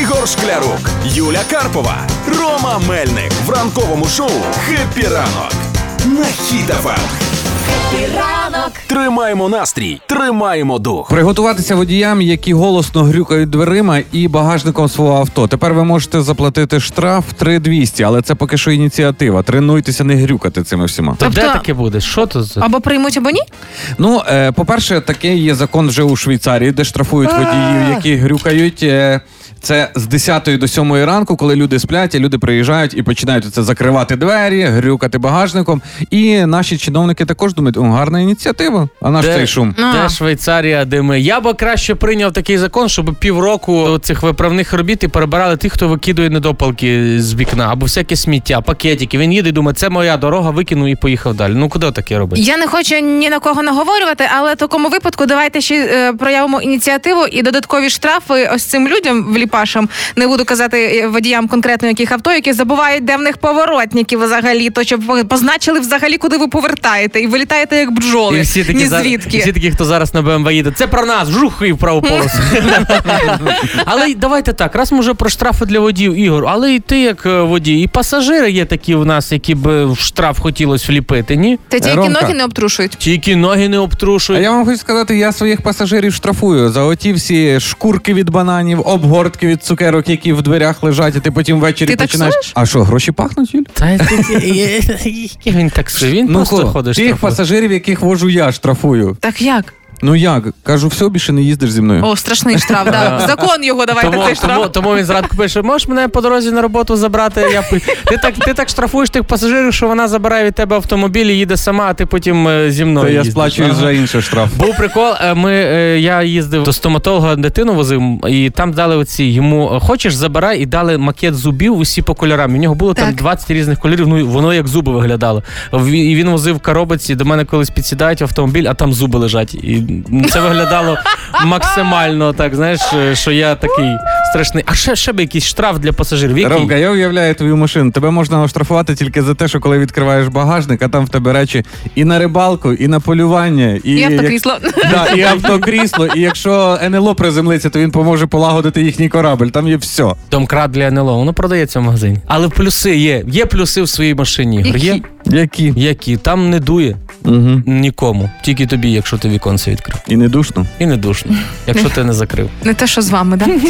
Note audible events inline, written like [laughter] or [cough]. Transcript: Ігор Шклярук, Юля Карпова, Рома Мельник в ранковому шоу «Хеппі ранок» на Хітафа. Ранок Тримаємо настрій, тримаємо дух. Приготуватися водіям, які голосно грюкають дверима і багажником свого авто. Тепер ви можете заплатити штраф 3200, але це поки що ініціатива. Тренуйтеся не грюкати цими всіма. То де Тобто- таке буде? Що то за Або приймуть, або ні. Ну, е, по-перше, такий є закон вже у Швейцарії, де штрафують водіїв, які грюкають. Е, це з 10 до 7 ранку, коли люди сплять, і люди приїжджають і починають це закривати двері, грюкати багажником. І наші чиновники також думають, о, гарна ініціатива, а наш Де? цей шум. А. Де Швейцарія, де ми? Я би краще прийняв такий закон, щоб півроку цих виправних робіт і перебирали тих, хто викидує недопалки з вікна або всяке сміття, пакетики. Він їде і думає, це моя дорога, викинув і поїхав далі. Ну куди таке робити? Я не хочу ні на кого наговорювати, але в такому випадку давайте ще е, проявимо ініціативу і додаткові штрафи ось цим людям вліпашам. Не буду казати е, водіям конкретно яких авто, які забувають, де в них поворотники взагалі, то щоб ви позначили взагалі, куди ви повертаєте, і вилітаєте як бджоли. ні за- звідки. і всі такі, хто зараз на БМВ їде. Це про нас, жух і в праву [laughs] полосу. але й давайте так, раз ми вже про штрафи для водіїв, Ігор, але і ти як е, водій, і пасажири є такі в нас, які б в штраф хотілося вліпити, ні? Та тільки Ромка. ноги не обтрушують. Тільки ноги не А обтрушують. я вам хочу сказати, я своїх пасажирів штрафую за оті всі шкурки від бананів, обгортки від цукерок, які в дверях лежать, і ти потім ввечері Ти починаєш. таксуєш? а що, гроші пахнуть, Юль? Та він так собі, він просто ко, ходить. тих штрафує. пасажирів, яких вожу я, штрафую. Так як? Ну як? Кажу, все, більше не їздиш зі мною. О, страшний штраф, [laughs] да. Закон його давайте Тому, цей тому, штраф. тому він зранку пише: можеш мене по дорозі на роботу забрати? Я пи- ти так, ти так штрафуєш тих пасажирів, що вона забирає від тебе автомобіль і їде сама, а ти потім е, зі мною. То я їздиш. сплачую Ага. за інший штраф. Був прикол. е, Ми е, я їздив до стоматолога дитину возив, і там дали оці йому е, хочеш, забирай і дали макет зубів усі по кольорам. І в нього було там Так. 20 різних кольорів. Ну і воно як зуби виглядало. В- І він возив в коробці. До мене колись підсідають в автомобіль, а там зуби лежать. І м, це виглядало максимально так. Знаєш, е, що я такий страшний. А ще, ще би якийсь штраф для пасажирів. Який? Ромка, я уявляю твою машину. Тебе можна оштрафувати тільки за те, що коли відкриваєш багажник, а там в тебе речі і на рибалку, і на полювання, і, І як- [laughs] автокрісло. Да, і автокрісло. І якщо НЛО приземлиться, то він поможе полагодити їхній корабль. Там є все. Домкрат для НЛО. Воно продається в магазині. Але плюси є. Є плюси в своїй машині. Ігор. Є? Які? Які? Які? Там не дує. Угу. Нікому, тільки тобі, якщо ти віконце відкрив. І не душно. І не душно, якщо ти не закрив. Не те, що з вами, да?